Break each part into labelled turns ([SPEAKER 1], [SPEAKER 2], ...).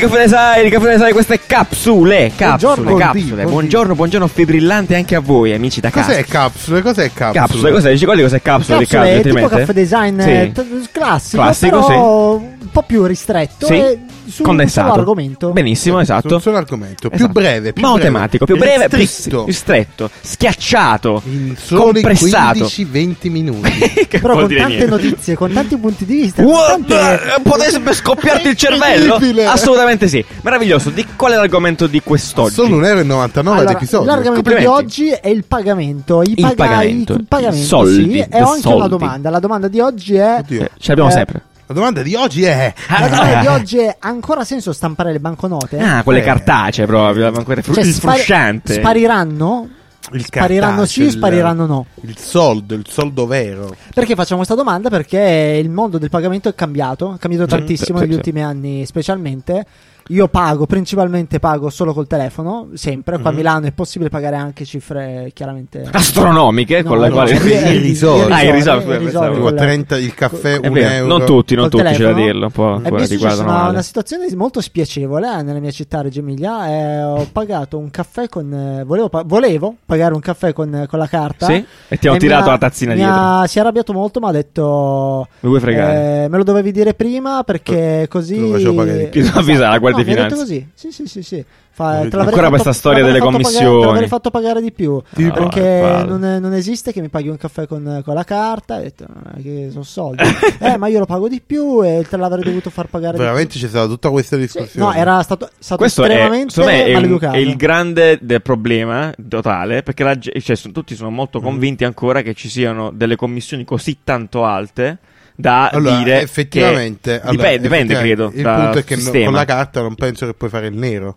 [SPEAKER 1] Caponesai, Caponesai, queste capsule, capsule, capsule.
[SPEAKER 2] Buongiorno, buondì, buondì.
[SPEAKER 1] Buongiorno, buongiorno fibrillante anche a voi, amici da casa.
[SPEAKER 2] Cos'è capsule? Cos'è capsule?
[SPEAKER 1] Capsule, cos'è? Dici quelli cos'è capsule, Riccardo?
[SPEAKER 3] Capsule, è eh, tipo
[SPEAKER 1] gentilmente?
[SPEAKER 3] caffè design
[SPEAKER 1] Sì.
[SPEAKER 3] eh, t- classico,
[SPEAKER 1] Classico,
[SPEAKER 3] però un po' più ristretto
[SPEAKER 1] Sì.
[SPEAKER 3] e su
[SPEAKER 1] Condensato.
[SPEAKER 3] un solo argomento.
[SPEAKER 1] Benissimo, esatto.
[SPEAKER 2] Sul solo argomento, più
[SPEAKER 1] Esatto.
[SPEAKER 2] breve, più breve.
[SPEAKER 1] monotematico, più breve, più
[SPEAKER 2] Stretto.
[SPEAKER 1] più stretto, schiacciato,
[SPEAKER 2] In soli
[SPEAKER 1] compressato.
[SPEAKER 2] 15-20 minuti.
[SPEAKER 1] Che
[SPEAKER 3] Però
[SPEAKER 1] vuol
[SPEAKER 3] con
[SPEAKER 1] dire
[SPEAKER 3] tante
[SPEAKER 1] niente.
[SPEAKER 3] notizie, con tanti punti di vista. con
[SPEAKER 1] What
[SPEAKER 3] tante-
[SPEAKER 1] the- Potrebbe scoppiarti il cervello?
[SPEAKER 2] Incredibile.
[SPEAKER 1] Assolutamente sì. Meraviglioso. Di qual è l'argomento di quest'oggi?
[SPEAKER 2] Solo 1,99 euro
[SPEAKER 3] Allora,
[SPEAKER 2] ad episodio.
[SPEAKER 3] l'argomento di
[SPEAKER 1] Complimenti.
[SPEAKER 3] oggi è il pagamento. I
[SPEAKER 1] Il
[SPEAKER 3] paga-
[SPEAKER 1] pagamento,
[SPEAKER 3] i pagamenti,
[SPEAKER 1] i soldi,
[SPEAKER 3] sì.
[SPEAKER 1] i
[SPEAKER 3] E ho anche una
[SPEAKER 1] soldi.
[SPEAKER 3] domanda. La domanda di oggi è:
[SPEAKER 2] Oddio,
[SPEAKER 1] Eh, Ce l'abbiamo
[SPEAKER 3] Eh,
[SPEAKER 1] sempre.
[SPEAKER 2] La domanda di oggi è...
[SPEAKER 3] La domanda di oggi è ha ancora senso stampare le banconote?
[SPEAKER 1] Ah, quelle
[SPEAKER 2] Eh.
[SPEAKER 1] cartacee proprio, ma quelle fru- il
[SPEAKER 3] Cioè, spari-
[SPEAKER 1] frusciante.
[SPEAKER 3] Spariranno?
[SPEAKER 2] Il
[SPEAKER 3] Spariranno
[SPEAKER 2] cartaceo,
[SPEAKER 3] sì,
[SPEAKER 2] il-
[SPEAKER 3] spariranno no.
[SPEAKER 2] Il soldo, il soldo vero.
[SPEAKER 3] Perché facciamo questa domanda? Perché il mondo del pagamento è cambiato, è cambiato tantissimo
[SPEAKER 1] Mm, sì,
[SPEAKER 3] negli
[SPEAKER 1] sì.
[SPEAKER 3] ultimi anni, specialmente. Io pago, principalmente pago solo col telefono, sempre.
[SPEAKER 1] Mm.
[SPEAKER 3] Qua a Milano è possibile pagare anche cifre chiaramente
[SPEAKER 1] Astronomiche con
[SPEAKER 3] No,
[SPEAKER 1] le
[SPEAKER 3] no,
[SPEAKER 1] quali
[SPEAKER 2] sì,
[SPEAKER 3] irrisorie,
[SPEAKER 2] irrisorie.
[SPEAKER 1] Ah, irrisorie,
[SPEAKER 3] irrisorie,
[SPEAKER 1] scusa,
[SPEAKER 3] irrisorie,
[SPEAKER 1] pensavo.
[SPEAKER 2] Tipo a
[SPEAKER 3] quella-
[SPEAKER 2] 30 il caffè,
[SPEAKER 1] È
[SPEAKER 2] 1
[SPEAKER 1] vero,
[SPEAKER 2] euro.
[SPEAKER 1] non tutti, non
[SPEAKER 3] col
[SPEAKER 1] tutti, c'è da
[SPEAKER 3] telefono.
[SPEAKER 1] dirlo un po',
[SPEAKER 3] E mi
[SPEAKER 1] guarda,
[SPEAKER 3] è successa
[SPEAKER 1] riguardo
[SPEAKER 3] una, una
[SPEAKER 1] male.
[SPEAKER 3] situazione molto spiacevole eh, nella mia città Reggio Emilia. eh, ho pagato un caffè con. eh, volevo, pa- volevo pagare un caffè con, eh, con la carta.
[SPEAKER 1] Sì? E ti hanno
[SPEAKER 3] mi
[SPEAKER 1] tirato
[SPEAKER 3] ha-
[SPEAKER 1] la tazzina
[SPEAKER 3] mi
[SPEAKER 1] dietro.
[SPEAKER 3] ha- si è arrabbiato molto, ma ha detto.
[SPEAKER 1] Mi vuoi fregare?
[SPEAKER 3] eh, me lo dovevi dire prima perché così.
[SPEAKER 2] te lo facevo pagare di più.
[SPEAKER 1] Ti devo avvisare la Guardia
[SPEAKER 3] no, mi
[SPEAKER 1] di
[SPEAKER 3] ha detto
[SPEAKER 1] Finanza.
[SPEAKER 3] così. Sì, sì, sì. sì.
[SPEAKER 2] Ancora
[SPEAKER 3] te l'avrei
[SPEAKER 1] questa storia
[SPEAKER 3] te l'avrei
[SPEAKER 1] delle
[SPEAKER 3] fatto pagare-
[SPEAKER 1] commissioni.
[SPEAKER 3] te l'avrei fatto pagare di più.
[SPEAKER 1] Tipo?
[SPEAKER 3] perché
[SPEAKER 1] Ah, palle.
[SPEAKER 3] non, è- non esiste che mi paghi un caffè con, con la carta. Ho detto, "Ah, che sono soldi. eh, ma io lo pago di più e te l'avrei dovuto far pagare di più.
[SPEAKER 2] Veramente eh. c'è stata tutta questa discussione.
[SPEAKER 3] Sì, no, era stato, stato
[SPEAKER 1] Questo è,
[SPEAKER 3] estremamente
[SPEAKER 1] secondo me, è, un-
[SPEAKER 3] maleducato.
[SPEAKER 1] è il grande de- problema totale perché la ge- cioè, sono- tutti sono
[SPEAKER 2] Mm.
[SPEAKER 1] molto convinti ancora che ci siano delle commissioni così tanto alte da
[SPEAKER 2] Allora,
[SPEAKER 1] dire
[SPEAKER 2] effettivamente,
[SPEAKER 1] che
[SPEAKER 2] allora,
[SPEAKER 1] dipende, dipende,
[SPEAKER 2] effettivamente,
[SPEAKER 1] credo
[SPEAKER 2] Il
[SPEAKER 1] dal
[SPEAKER 2] punto è che no-
[SPEAKER 1] sistema.
[SPEAKER 2] con la carta non penso che puoi fare il nero.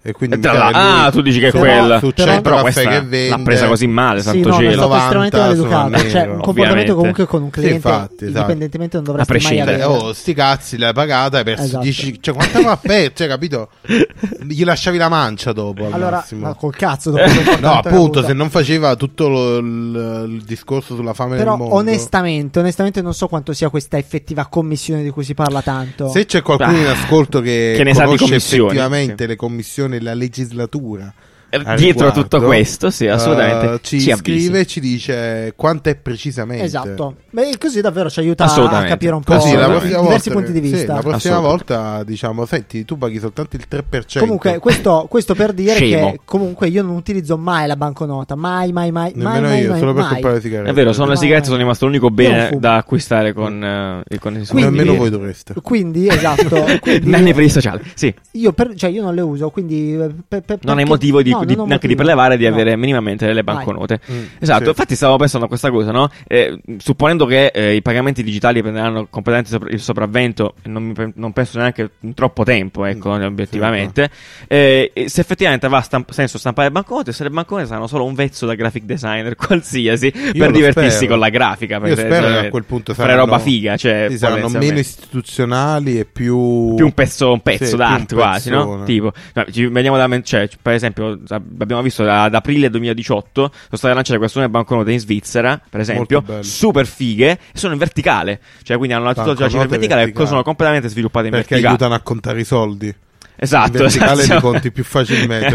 [SPEAKER 2] E quindi
[SPEAKER 1] Eh,
[SPEAKER 2] mi
[SPEAKER 1] tra
[SPEAKER 2] cade
[SPEAKER 1] l'altro-
[SPEAKER 2] lui
[SPEAKER 1] ah, tu dici che è
[SPEAKER 2] su-
[SPEAKER 1] quella.
[SPEAKER 2] su
[SPEAKER 3] Però-
[SPEAKER 2] 100
[SPEAKER 1] però
[SPEAKER 2] caffè
[SPEAKER 1] questa
[SPEAKER 2] che vende.
[SPEAKER 1] l'ha presa così male,
[SPEAKER 3] Sì,
[SPEAKER 1] santo
[SPEAKER 3] no, è
[SPEAKER 1] cielo.
[SPEAKER 3] stato
[SPEAKER 2] 90
[SPEAKER 3] estremamente
[SPEAKER 2] sono
[SPEAKER 3] maleducato.
[SPEAKER 2] nero,
[SPEAKER 3] Cioè, un comportamento
[SPEAKER 1] ovviamente.
[SPEAKER 3] comunque con un cliente,
[SPEAKER 2] infatti, esatto.
[SPEAKER 3] indipendentemente, non dovresti
[SPEAKER 1] A
[SPEAKER 3] mai
[SPEAKER 1] prescindere,
[SPEAKER 3] avere.
[SPEAKER 2] Eh, oh, sti cazzi, l'hai pagata, hai perso
[SPEAKER 3] Esatto.
[SPEAKER 2] 10 Cioè, quanto caffè, cioè, capito? Gli lasciavi la mancia dopo, al
[SPEAKER 3] allora,
[SPEAKER 2] massimo. Eh,
[SPEAKER 3] ma col cazzo, dopo
[SPEAKER 2] No,
[SPEAKER 3] quel comportamento che ha
[SPEAKER 2] appunto,
[SPEAKER 3] avuto.
[SPEAKER 2] se non faceva tutto lo- il, il discorso sulla fame
[SPEAKER 3] Però
[SPEAKER 2] del mondo.
[SPEAKER 3] onestamente, onestamente non so quanto sia questa effettiva commissione di cui si parla tanto.
[SPEAKER 2] Se c'è qualcuno in
[SPEAKER 1] Ah,
[SPEAKER 2] ascolto che,
[SPEAKER 1] che ne sa di
[SPEAKER 2] conosce
[SPEAKER 1] commissioni,
[SPEAKER 2] effettivamente
[SPEAKER 1] sì.
[SPEAKER 2] le commissioni e la legislatura
[SPEAKER 1] Eh,
[SPEAKER 2] al
[SPEAKER 1] dietro a
[SPEAKER 2] riguardo,
[SPEAKER 1] tutto questo, sì, assolutamente,
[SPEAKER 3] Uh,
[SPEAKER 2] eh, ci
[SPEAKER 1] ci avvisi.
[SPEAKER 2] scrive e ci dice quanto è precisamente.
[SPEAKER 3] Esatto. Beh, così davvero ci aiuta a
[SPEAKER 1] Assolutamente.
[SPEAKER 3] capire un po'
[SPEAKER 2] Così, la
[SPEAKER 1] Assolutamente.
[SPEAKER 2] prossima
[SPEAKER 3] diversi
[SPEAKER 2] volta,
[SPEAKER 3] punti di
[SPEAKER 2] sì,
[SPEAKER 3] vista.
[SPEAKER 2] la prossima
[SPEAKER 1] Assolutamente.
[SPEAKER 2] volta diciamo, senti, tu paghi soltanto il 3%.
[SPEAKER 3] Comunque, questo, questo per dire
[SPEAKER 1] Scemo.
[SPEAKER 3] che comunque io non utilizzo mai la banconota. Mai, mai, mai. mai,
[SPEAKER 2] nemmeno
[SPEAKER 3] mai,
[SPEAKER 2] io,
[SPEAKER 3] mai,
[SPEAKER 2] solo per
[SPEAKER 3] mai.
[SPEAKER 2] comprare le sigarette.
[SPEAKER 1] È vero, sono le
[SPEAKER 3] Ma-
[SPEAKER 1] sigarette sono rimasto l'unico
[SPEAKER 3] Ah. non
[SPEAKER 1] bene
[SPEAKER 3] fumo.
[SPEAKER 1] da acquistare con eh, il connesso.
[SPEAKER 3] Quindi-
[SPEAKER 2] Nemmeno voi dovreste.
[SPEAKER 3] Quindi, esatto. quindi-
[SPEAKER 1] Nanni per il sociale, sì.
[SPEAKER 3] Io, per- cioè, io non le uso, quindi eh, per- per-
[SPEAKER 1] Non hai
[SPEAKER 3] perché-
[SPEAKER 1] motivo di,
[SPEAKER 3] no,
[SPEAKER 1] di-
[SPEAKER 3] non ho
[SPEAKER 1] neanche di
[SPEAKER 3] motivo.
[SPEAKER 1] prelevare di
[SPEAKER 3] No.
[SPEAKER 1] avere minimamente delle
[SPEAKER 3] Mai.
[SPEAKER 1] banconote.
[SPEAKER 2] Mm,
[SPEAKER 1] Esatto,
[SPEAKER 2] sì.
[SPEAKER 1] infatti stavo pensando a questa cosa, no? Eh, supponendo che eh, i pagamenti digitali prenderanno completamente sopra- il sopravvento, e non, mi pe- non penso neanche in troppo tempo, ecco,
[SPEAKER 2] Mm,
[SPEAKER 1] obiettivamente, eh, e se effettivamente avrà stamp- senso stampare banconote, se le banconote saranno solo un vezzo da graphic designer qualsiasi per
[SPEAKER 2] lo
[SPEAKER 1] divertirsi
[SPEAKER 2] spero.
[SPEAKER 1] con la grafica.
[SPEAKER 2] Io
[SPEAKER 1] perché,
[SPEAKER 2] spero
[SPEAKER 1] cioè,
[SPEAKER 2] che a quel punto
[SPEAKER 1] fare
[SPEAKER 2] saranno-
[SPEAKER 1] roba figa, cioè,
[SPEAKER 2] sì, saranno meno
[SPEAKER 1] potenzialmente.
[SPEAKER 2] istituzionali e più
[SPEAKER 1] più un pezzo, un pezzo
[SPEAKER 2] Sì, più
[SPEAKER 1] d'arte
[SPEAKER 2] un
[SPEAKER 1] quasi, no?
[SPEAKER 2] pezzone.
[SPEAKER 1] Tipo, no, ci veniamo da, men- cioè, per esempio, ab- abbiamo visto da- ad aprile 2018 sono state lanciate queste banconote in Svizzera, per esempio,
[SPEAKER 2] Molto belle.
[SPEAKER 1] super fighe, e sono in verticale, cioè quindi hanno la tutta la cifra
[SPEAKER 2] Banconote
[SPEAKER 1] verticale e
[SPEAKER 2] verticali.
[SPEAKER 1] sono completamente sviluppate in
[SPEAKER 2] perché
[SPEAKER 1] verticale.
[SPEAKER 2] aiutano a contare i soldi.
[SPEAKER 1] esatto,
[SPEAKER 2] in verticale
[SPEAKER 1] esatto.
[SPEAKER 2] li conti più facilmente,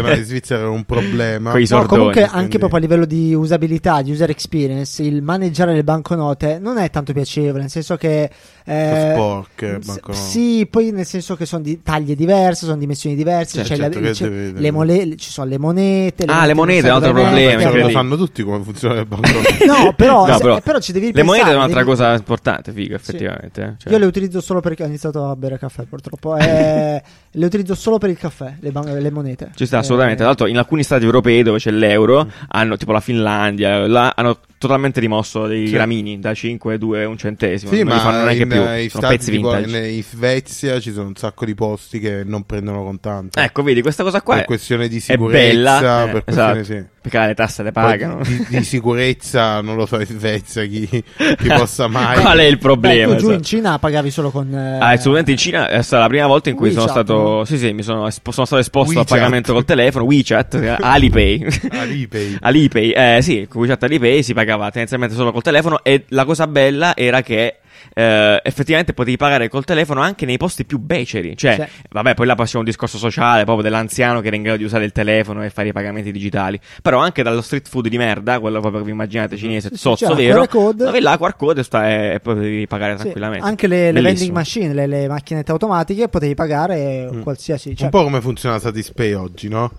[SPEAKER 2] ma in Svizzera era un problema.
[SPEAKER 1] Coi
[SPEAKER 3] No,
[SPEAKER 1] Sordoni,
[SPEAKER 3] comunque anche
[SPEAKER 2] quindi.
[SPEAKER 3] proprio a livello di usabilità, di user experience, il maneggiare le banconote non è tanto piacevole, nel senso che... eh,
[SPEAKER 2] Sono sporche,
[SPEAKER 3] s-
[SPEAKER 2] banconote.
[SPEAKER 3] Sì, poi nel senso che sono di taglie diverse, sono dimensioni diverse,
[SPEAKER 1] Certo,
[SPEAKER 3] c'è la-
[SPEAKER 2] certo che
[SPEAKER 3] c'è
[SPEAKER 2] devi-
[SPEAKER 3] le mole- ci sono le monete.
[SPEAKER 1] Ah, le monete è un altro
[SPEAKER 3] non sai
[SPEAKER 1] problema,
[SPEAKER 3] dov'è,
[SPEAKER 2] Cioè,
[SPEAKER 1] incredibile.
[SPEAKER 2] lo sanno tutti come funziona il banconote.
[SPEAKER 3] No, però,
[SPEAKER 1] No,
[SPEAKER 3] se- eh,
[SPEAKER 1] però-
[SPEAKER 3] però ci devi
[SPEAKER 1] Le monete
[SPEAKER 3] pensare,
[SPEAKER 1] è un'altra
[SPEAKER 3] devi-
[SPEAKER 1] cosa importante, figa, effettivamente. eh, cioè.
[SPEAKER 3] Io le utilizzo solo perché ho iniziato a bere caffè, purtroppo. eh, le utilizzo solo per il caffè, le, ban- le monete.
[SPEAKER 1] Ci sta
[SPEAKER 3] Eh,
[SPEAKER 1] assolutamente. Tra l'altro, in alcuni stati europei dove c'è l'euro, hanno tipo la Finlandia, là, hanno totalmente rimosso dei
[SPEAKER 2] Sì.
[SPEAKER 1] gramini da 5, 2, un centesimo.
[SPEAKER 2] Sì,
[SPEAKER 1] non li fanno
[SPEAKER 2] ma
[SPEAKER 1] neanche
[SPEAKER 2] in,
[SPEAKER 1] più.
[SPEAKER 2] eh, in
[SPEAKER 1] Sono
[SPEAKER 2] stati
[SPEAKER 1] pezzi
[SPEAKER 2] tipo
[SPEAKER 1] vintage.
[SPEAKER 2] in, in Svezia ci sono un sacco di posti che non prendono contanti.
[SPEAKER 1] Ecco, vedi, questa cosa qua
[SPEAKER 2] Per
[SPEAKER 1] è,
[SPEAKER 2] questione di
[SPEAKER 1] è
[SPEAKER 2] sicurezza,
[SPEAKER 1] bella. eh,
[SPEAKER 2] per
[SPEAKER 1] esatto,
[SPEAKER 2] questione sì.
[SPEAKER 1] Perché le tasse le
[SPEAKER 2] Poi
[SPEAKER 1] pagano.
[SPEAKER 2] Di, di sicurezza, non lo so in Svezia chi, chi possa mai.
[SPEAKER 1] Qual è il
[SPEAKER 3] Beh,
[SPEAKER 1] problema?
[SPEAKER 3] tu giù in
[SPEAKER 1] esatto?
[SPEAKER 3] Cina pagavi solo con. eh,
[SPEAKER 1] Ah, assolutamente in Cina è stata la prima volta in cui sono
[SPEAKER 3] WeChat,
[SPEAKER 1] stato.
[SPEAKER 3] no?
[SPEAKER 1] Sì, sì, mi sono, espo- sono stato esposto
[SPEAKER 2] WeChat.
[SPEAKER 1] al pagamento col telefono, WeChat, eh, Alipay.
[SPEAKER 2] Alipay.
[SPEAKER 1] Alipay, eh sì, con WeChat Alipay si pagava tendenzialmente solo col telefono e la cosa bella era che eh, effettivamente potevi pagare col telefono anche nei posti più beceri. Cioè,
[SPEAKER 3] Sì.
[SPEAKER 1] vabbè, poi là passiamo a un discorso sociale, proprio dell'anziano che era in grado di usare il telefono e fare i pagamenti digitali. Però anche dallo street food di merda, quello proprio che vi immaginate cinese,
[SPEAKER 3] Sì, sì,
[SPEAKER 1] sozzo,
[SPEAKER 3] c'era
[SPEAKER 1] vero?
[SPEAKER 3] QR code.
[SPEAKER 1] Avevi là il QR code e sta- eh, e potevi pagare
[SPEAKER 3] Sì,
[SPEAKER 1] tranquillamente.
[SPEAKER 3] anche le, le vending
[SPEAKER 1] Bellissimo.
[SPEAKER 3] machine, le, le macchinette automatiche, potevi pagare
[SPEAKER 1] Mm.
[SPEAKER 3] qualsiasi. Cioè,
[SPEAKER 2] Un po' come funziona Satispay oggi, no?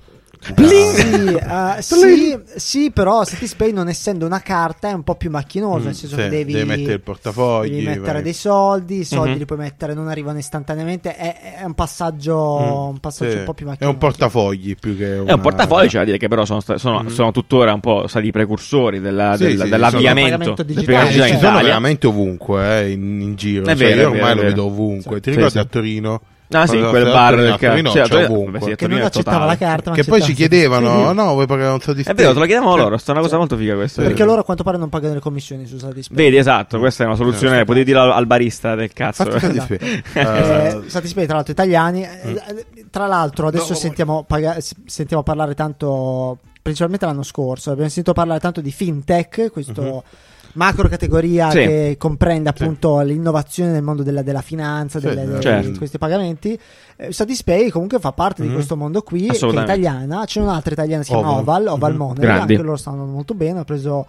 [SPEAKER 2] Ah.
[SPEAKER 3] Sì, eh, sì, sì, però Satispay non essendo una carta è un po' più macchinoso,
[SPEAKER 2] Mm,
[SPEAKER 3] nel senso
[SPEAKER 2] sì,
[SPEAKER 3] che devi,
[SPEAKER 2] devi mettere il portafogli,
[SPEAKER 3] devi mettere
[SPEAKER 2] vai.
[SPEAKER 3] dei soldi, i soldi
[SPEAKER 1] Mhm.
[SPEAKER 3] li puoi mettere, non arrivano istantaneamente, è, è un passaggio, un, passaggio
[SPEAKER 2] Mm, Sì.
[SPEAKER 3] un po' più
[SPEAKER 2] È
[SPEAKER 3] macchinoso.
[SPEAKER 2] un portafogli più che
[SPEAKER 1] È
[SPEAKER 2] una-
[SPEAKER 1] un portafoglio, c'è da dire che però sono, sta- sono-
[SPEAKER 2] Mm.
[SPEAKER 1] sono tuttora un po' stati i precursori della-
[SPEAKER 2] Sì,
[SPEAKER 1] della-
[SPEAKER 2] sì,
[SPEAKER 1] dell'avviamento del
[SPEAKER 3] sono-
[SPEAKER 1] pagamento
[SPEAKER 3] Pagamento digitale,
[SPEAKER 2] Eh,
[SPEAKER 1] digitale
[SPEAKER 2] ci
[SPEAKER 1] in
[SPEAKER 2] sono
[SPEAKER 1] Ah, Italia.
[SPEAKER 2] veramente ovunque eh, in, in giro.
[SPEAKER 1] È
[SPEAKER 2] Cioè,
[SPEAKER 1] vero, è
[SPEAKER 2] io ormai
[SPEAKER 1] vero, è
[SPEAKER 2] lo
[SPEAKER 1] vero.
[SPEAKER 2] vedo ovunque. Ti
[SPEAKER 1] Sì,
[SPEAKER 2] ricordi
[SPEAKER 1] sì.
[SPEAKER 2] a Torino?
[SPEAKER 1] Ah, sì,
[SPEAKER 2] Quando
[SPEAKER 1] quel
[SPEAKER 2] ero a
[SPEAKER 1] bar
[SPEAKER 2] Torino,
[SPEAKER 1] del
[SPEAKER 2] a Torino
[SPEAKER 1] cazzo. Sì, a
[SPEAKER 2] c'è
[SPEAKER 1] Torino-
[SPEAKER 2] ovunque.
[SPEAKER 1] vabbè, sì, a
[SPEAKER 3] che
[SPEAKER 1] Torino
[SPEAKER 3] non
[SPEAKER 1] è certo,
[SPEAKER 3] accettava
[SPEAKER 1] totale.
[SPEAKER 3] la carta, ma
[SPEAKER 2] Che poi ci
[SPEAKER 3] accettava-
[SPEAKER 2] chiedevano,
[SPEAKER 3] Sì,
[SPEAKER 2] no, vuoi pagare un Satispay?
[SPEAKER 1] È vero, te lo
[SPEAKER 2] Cioè,
[SPEAKER 1] chiediamo loro, sta una cosa
[SPEAKER 3] Sì.
[SPEAKER 1] molto figa questa.
[SPEAKER 3] Perché loro a quanto pare non pagano le commissioni su Satispay.
[SPEAKER 1] Vedi, esatto, questa è una
[SPEAKER 2] Eh,
[SPEAKER 1] soluzione,
[SPEAKER 2] sì.
[SPEAKER 1] potete dire al, al barista del cazzo.
[SPEAKER 2] Fatti Satispay.
[SPEAKER 3] Eh,
[SPEAKER 1] esatto.
[SPEAKER 2] Eh,
[SPEAKER 3] Satispay, tra l'altro, italiani.
[SPEAKER 1] Mm.
[SPEAKER 3] Eh, Tra l'altro, adesso
[SPEAKER 2] No,
[SPEAKER 3] sentiamo, paga- s- sentiamo parlare tanto, principalmente l'anno scorso, abbiamo sentito parlare tanto di fintech, questo macro categoria
[SPEAKER 1] Mm-hmm. Sì.
[SPEAKER 3] che comprende
[SPEAKER 2] Sì.
[SPEAKER 3] appunto l'innovazione nel mondo della, della finanza,
[SPEAKER 2] Sì,
[SPEAKER 3] delle- delle-
[SPEAKER 1] certo. Mm-hmm.
[SPEAKER 3] di questi pagamenti. Eh, Satispay comunque fa parte di
[SPEAKER 2] Mhm.
[SPEAKER 3] questo mondo qui, che è
[SPEAKER 1] Assolutamente. Mm-hmm.
[SPEAKER 3] italiana. C'è un'altra italiana, si chiama
[SPEAKER 2] Oval.
[SPEAKER 3] Oval, Oval
[SPEAKER 2] Mhm.
[SPEAKER 3] Money,
[SPEAKER 1] Grandi.
[SPEAKER 3] anche loro stanno molto bene, ha preso...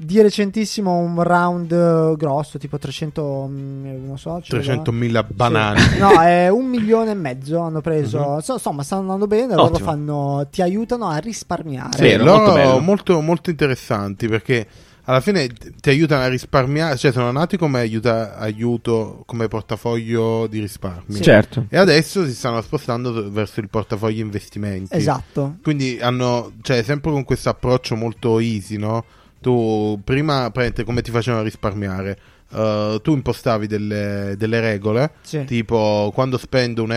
[SPEAKER 3] Di recentissimo un round eh, grosso, tipo 300, mm, non so, ce l'ho-
[SPEAKER 2] 300.000 banane. Mhm.
[SPEAKER 3] sì. No, è un milione e mezzo hanno preso. So- Insomma, stanno andando bene. Loro
[SPEAKER 1] Ottimo.
[SPEAKER 3] fanno, ti aiutano a risparmiare.
[SPEAKER 1] Sì, Vero,
[SPEAKER 2] loro
[SPEAKER 1] molto bello.
[SPEAKER 2] molto- molto interessanti perché alla fine ti aiutano a risparmiare, cioè sono nati come aiuta- aiuto, come portafoglio di risparmio.
[SPEAKER 3] Sì.
[SPEAKER 1] Certo.
[SPEAKER 2] E adesso si stanno spostando verso il portafoglio investimenti.
[SPEAKER 3] Esatto.
[SPEAKER 2] Quindi hanno, cioè, sempre con questo approccio molto easy, no? Tu prima, praticamente, come ti facevano risparmiare? Eh, tu impostavi delle, delle regole,
[SPEAKER 3] Sì.
[SPEAKER 2] tipo quando spendo 1,30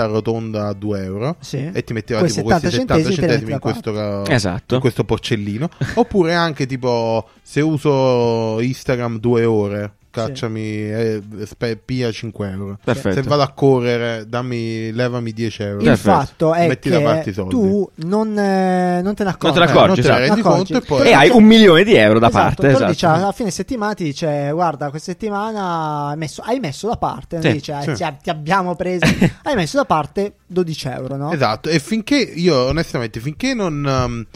[SPEAKER 2] euro arrotonda a 2 euro
[SPEAKER 3] Sì.
[SPEAKER 2] e ti metteva
[SPEAKER 3] Quei
[SPEAKER 2] tipo questi 70
[SPEAKER 3] 70 centesimi te li
[SPEAKER 2] centesimi
[SPEAKER 3] metteva
[SPEAKER 2] in questo, ca-
[SPEAKER 1] Esatto.
[SPEAKER 2] in questo porcellino. Oppure anche tipo se uso Instagram due ore, cacciami eh, spe- pia 5 euro.
[SPEAKER 1] Perfetto.
[SPEAKER 2] Se vado a correre, dammi, levami 10 euro.
[SPEAKER 3] Il
[SPEAKER 1] Perfetto.
[SPEAKER 3] fatto è
[SPEAKER 2] Metti da parte i
[SPEAKER 3] che
[SPEAKER 2] soldi.
[SPEAKER 3] tu non, eh, non te ne accorgi.
[SPEAKER 1] te ne
[SPEAKER 2] Eh,
[SPEAKER 1] accorgi,
[SPEAKER 2] non te
[SPEAKER 1] esatto.
[SPEAKER 2] ne rendi
[SPEAKER 3] Accorgi.
[SPEAKER 2] conto e poi
[SPEAKER 1] E hai un milione di euro da
[SPEAKER 3] Esatto,
[SPEAKER 1] parte.
[SPEAKER 3] però
[SPEAKER 1] Esatto.
[SPEAKER 3] dice,
[SPEAKER 2] "Ah,
[SPEAKER 3] alla fine settimana ti dice guarda questa settimana hai messo, hai messo da parte non
[SPEAKER 1] Sì,
[SPEAKER 3] dice, "Ah,
[SPEAKER 2] sì.
[SPEAKER 3] ti, ti abbiamo preso hai messo da parte 12 euro no?
[SPEAKER 2] Esatto, e finché io onestamente, finché non, um,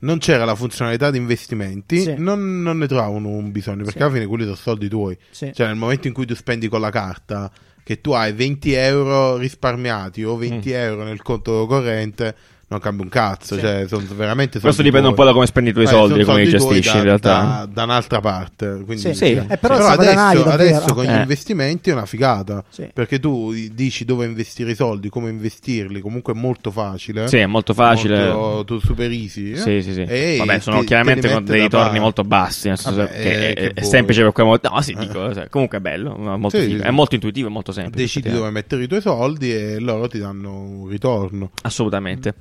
[SPEAKER 2] non c'era la funzionalità di investimenti,
[SPEAKER 3] Sì.
[SPEAKER 2] non, non ne trovavo un, un bisogno, perché
[SPEAKER 3] Sì.
[SPEAKER 2] alla fine quelli sono soldi tuoi.
[SPEAKER 3] Sì.
[SPEAKER 2] Cioè nel momento in cui tu spendi con la carta, che tu hai 20 euro risparmiati o 20
[SPEAKER 1] Mm.
[SPEAKER 2] euro nel conto corrente, non cambia un cazzo,
[SPEAKER 3] Sì.
[SPEAKER 2] cioè sono veramente soldi
[SPEAKER 1] Questo dipende un po'
[SPEAKER 2] tuoi.
[SPEAKER 1] da come spendi i tuoi
[SPEAKER 2] Eh,
[SPEAKER 1] soldi,
[SPEAKER 2] sono
[SPEAKER 1] e come li
[SPEAKER 2] soldi tuoi
[SPEAKER 1] gestisci
[SPEAKER 2] da-
[SPEAKER 1] in realtà.
[SPEAKER 2] Da, da un'altra parte. Quindi,
[SPEAKER 3] Sì.
[SPEAKER 1] Sì. Eh,
[SPEAKER 3] però se guadagnavi
[SPEAKER 2] adesso,
[SPEAKER 3] davvero-
[SPEAKER 2] adesso con
[SPEAKER 1] Eh.
[SPEAKER 2] gli investimenti è una figata.
[SPEAKER 3] Sì.
[SPEAKER 2] Perché tu dici dove investire i soldi, come investirli, comunque è molto facile.
[SPEAKER 1] Sì, è molto facile.
[SPEAKER 2] eh. Molto- tu super easy. eh?
[SPEAKER 1] Sì, sì, sì.
[SPEAKER 2] E
[SPEAKER 1] Vabbè, sono
[SPEAKER 2] ti- te
[SPEAKER 1] chiaramente
[SPEAKER 2] li
[SPEAKER 1] con
[SPEAKER 2] mette
[SPEAKER 1] dei
[SPEAKER 2] da
[SPEAKER 1] ritorni
[SPEAKER 2] parte.
[SPEAKER 1] molto bassi. nel senso
[SPEAKER 2] Vabbè,
[SPEAKER 1] che è,
[SPEAKER 2] eh,
[SPEAKER 1] è
[SPEAKER 2] che
[SPEAKER 1] semplice
[SPEAKER 2] vuoi.
[SPEAKER 1] per quel motivo. No, sì,
[SPEAKER 2] Eh.
[SPEAKER 1] dico. cioè, comunque è bello. ma molto
[SPEAKER 2] Sì,
[SPEAKER 1] figo.
[SPEAKER 2] sì,
[SPEAKER 1] È
[SPEAKER 2] sì.
[SPEAKER 1] molto intuitivo e molto semplice. eh.
[SPEAKER 2] Decidi dove mettere i tuoi soldi e loro ti danno un ritorno.
[SPEAKER 1] Assolutamente.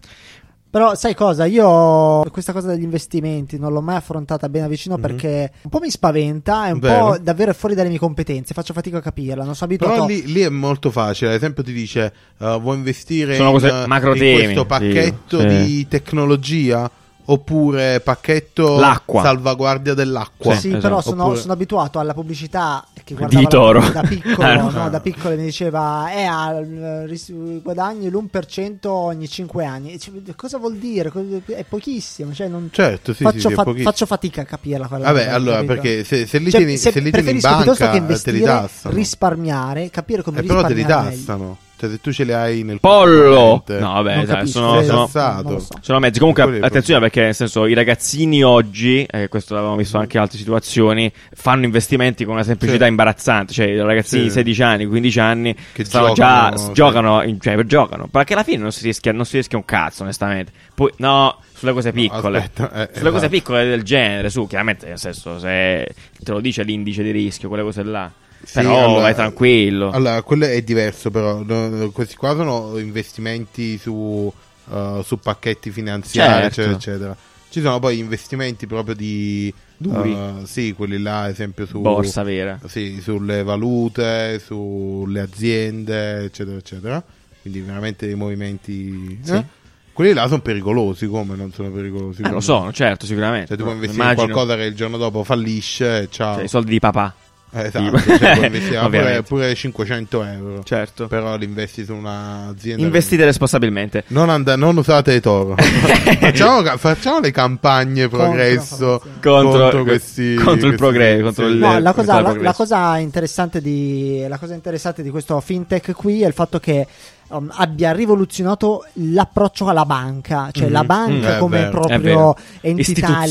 [SPEAKER 3] Però sai cosa? Io questa cosa degli investimenti non l'ho mai affrontata bene a vicino perché un po' mi spaventa e un
[SPEAKER 2] Mhm. Vero.
[SPEAKER 3] po' davvero è fuori dalle mie competenze, faccio fatica a capirla, non sono abituato
[SPEAKER 2] Però lì, lì è molto facile. Ad esempio, ti dice: eh, Vuoi investire
[SPEAKER 1] Sono
[SPEAKER 2] in,
[SPEAKER 1] cose-
[SPEAKER 2] eh,
[SPEAKER 1] macro
[SPEAKER 2] in
[SPEAKER 1] temi,
[SPEAKER 2] questo pacchetto
[SPEAKER 1] sì, sì.
[SPEAKER 2] di tecnologia? Oppure pacchetto
[SPEAKER 1] L'acqua.
[SPEAKER 2] salvaguardia dell'acqua?
[SPEAKER 3] Sì,
[SPEAKER 1] Esatto.
[SPEAKER 3] però sono,
[SPEAKER 2] Oppure-
[SPEAKER 3] sono abituato alla pubblicità che
[SPEAKER 1] Di
[SPEAKER 3] guardavo
[SPEAKER 1] Toro.
[SPEAKER 3] da da piccolo,
[SPEAKER 1] Ah, no.
[SPEAKER 3] no, da piccolo mi diceva eh, al- ris- guadagni l'1% ogni 5 anni. E cioè, cosa vuol dire? Co- È pochissimo, cioè, non-
[SPEAKER 2] Certo, sì,
[SPEAKER 3] faccio,
[SPEAKER 2] sì, sì, è
[SPEAKER 3] fa-
[SPEAKER 2] pochissimo.
[SPEAKER 3] faccio fatica a capirla quella
[SPEAKER 2] Vabbè,
[SPEAKER 3] cosa,
[SPEAKER 2] allora,
[SPEAKER 3] capito?
[SPEAKER 2] perché se, se li
[SPEAKER 3] Cioè,
[SPEAKER 2] tieni,
[SPEAKER 3] se
[SPEAKER 2] se li tieni in
[SPEAKER 3] preferisco piuttosto
[SPEAKER 2] banca
[SPEAKER 3] che
[SPEAKER 2] te li
[SPEAKER 3] investire,
[SPEAKER 2] tassano.
[SPEAKER 3] risparmiare, capire come
[SPEAKER 2] Eh, però te li
[SPEAKER 3] risparmiare meglio.
[SPEAKER 2] tassano. Cioè, se tu ce li hai nel
[SPEAKER 1] Pollo!
[SPEAKER 2] conto corrente,
[SPEAKER 1] No, vabbè,
[SPEAKER 3] Non
[SPEAKER 1] dai,
[SPEAKER 3] capisco,
[SPEAKER 1] sono-
[SPEAKER 2] sei
[SPEAKER 3] eh,
[SPEAKER 1] sono,
[SPEAKER 2] tassato.
[SPEAKER 3] non lo so.
[SPEAKER 1] Sono mezzi. Comunque,
[SPEAKER 2] Quello è il
[SPEAKER 1] attenzione perché, nel senso, i ragazzini oggi, eh, questo l'avevamo visto anche in altre situazioni, fanno investimenti con una semplicità
[SPEAKER 2] Sì.
[SPEAKER 1] imbarazzante. Cioè, i ragazzini
[SPEAKER 2] Sì.
[SPEAKER 1] di 16 anni, 15 anni,
[SPEAKER 2] Che
[SPEAKER 1] stanno
[SPEAKER 2] giocano,
[SPEAKER 1] già s-
[SPEAKER 2] sì.
[SPEAKER 1] giocano, in- cioè, giocano. Perché alla fine non si rischia, non si rischia un cazzo, onestamente. Poi, no, sulle cose piccole.
[SPEAKER 2] aspetta, eh,
[SPEAKER 1] sulle cose
[SPEAKER 2] esatto.
[SPEAKER 1] piccole del genere, su, chiaramente, nel senso, se te lo dice l'indice di rischio, quelle cose là.
[SPEAKER 2] Sì,
[SPEAKER 1] Però
[SPEAKER 2] allora-
[SPEAKER 1] vai tranquillo.
[SPEAKER 2] Allora, quello è diverso, però. No, Questi qua sono investimenti su, eh, su pacchetti finanziari,
[SPEAKER 1] Certo.
[SPEAKER 2] eccetera, eccetera. Ci sono poi investimenti proprio di.
[SPEAKER 1] Duri.
[SPEAKER 2] eh, sì, quelli là, ad esempio, su.
[SPEAKER 1] Borsa vera.
[SPEAKER 2] Sì, sulle valute, sulle aziende, eccetera, eccetera. Quindi veramente dei movimenti.
[SPEAKER 1] Sì.
[SPEAKER 2] eh? Quelli là sono pericolosi, come non sono pericolosi?
[SPEAKER 1] Eh, lo sono, certo, sicuramente.
[SPEAKER 2] Cioè, tu puoi investire in
[SPEAKER 1] Immagino.
[SPEAKER 2] qualcosa che il giorno dopo fallisce e ciao.
[SPEAKER 1] Cioè, i Cioè, soldi di papà.
[SPEAKER 2] Eh, Esatto, cioè, puoi investire pure,
[SPEAKER 1] Ovviamente.
[SPEAKER 2] pure 500 euro.
[SPEAKER 1] Certo.
[SPEAKER 2] Però li investi su un'azienda.
[SPEAKER 1] Investite responsabilmente.
[SPEAKER 2] Non, and- non usate Toro. facciamo, ca- facciamo le campagne progresso
[SPEAKER 3] Contro,
[SPEAKER 2] contro,
[SPEAKER 1] Contro,
[SPEAKER 2] questi.
[SPEAKER 1] contro il
[SPEAKER 2] questi-
[SPEAKER 1] progresso. Contro
[SPEAKER 2] sì.
[SPEAKER 1] il,
[SPEAKER 3] No, la cosa,
[SPEAKER 1] contro il
[SPEAKER 3] la,
[SPEAKER 1] progresso.
[SPEAKER 3] la cosa interessante di, la cosa interessante di questo fintech qui è il fatto che um, abbia rivoluzionato l'approccio alla banca, cioè
[SPEAKER 1] Mhm.
[SPEAKER 3] la
[SPEAKER 2] Mm,
[SPEAKER 3] banca
[SPEAKER 2] è
[SPEAKER 3] come
[SPEAKER 2] vero.
[SPEAKER 1] È vero.
[SPEAKER 3] proprio entità,
[SPEAKER 1] Istituzione,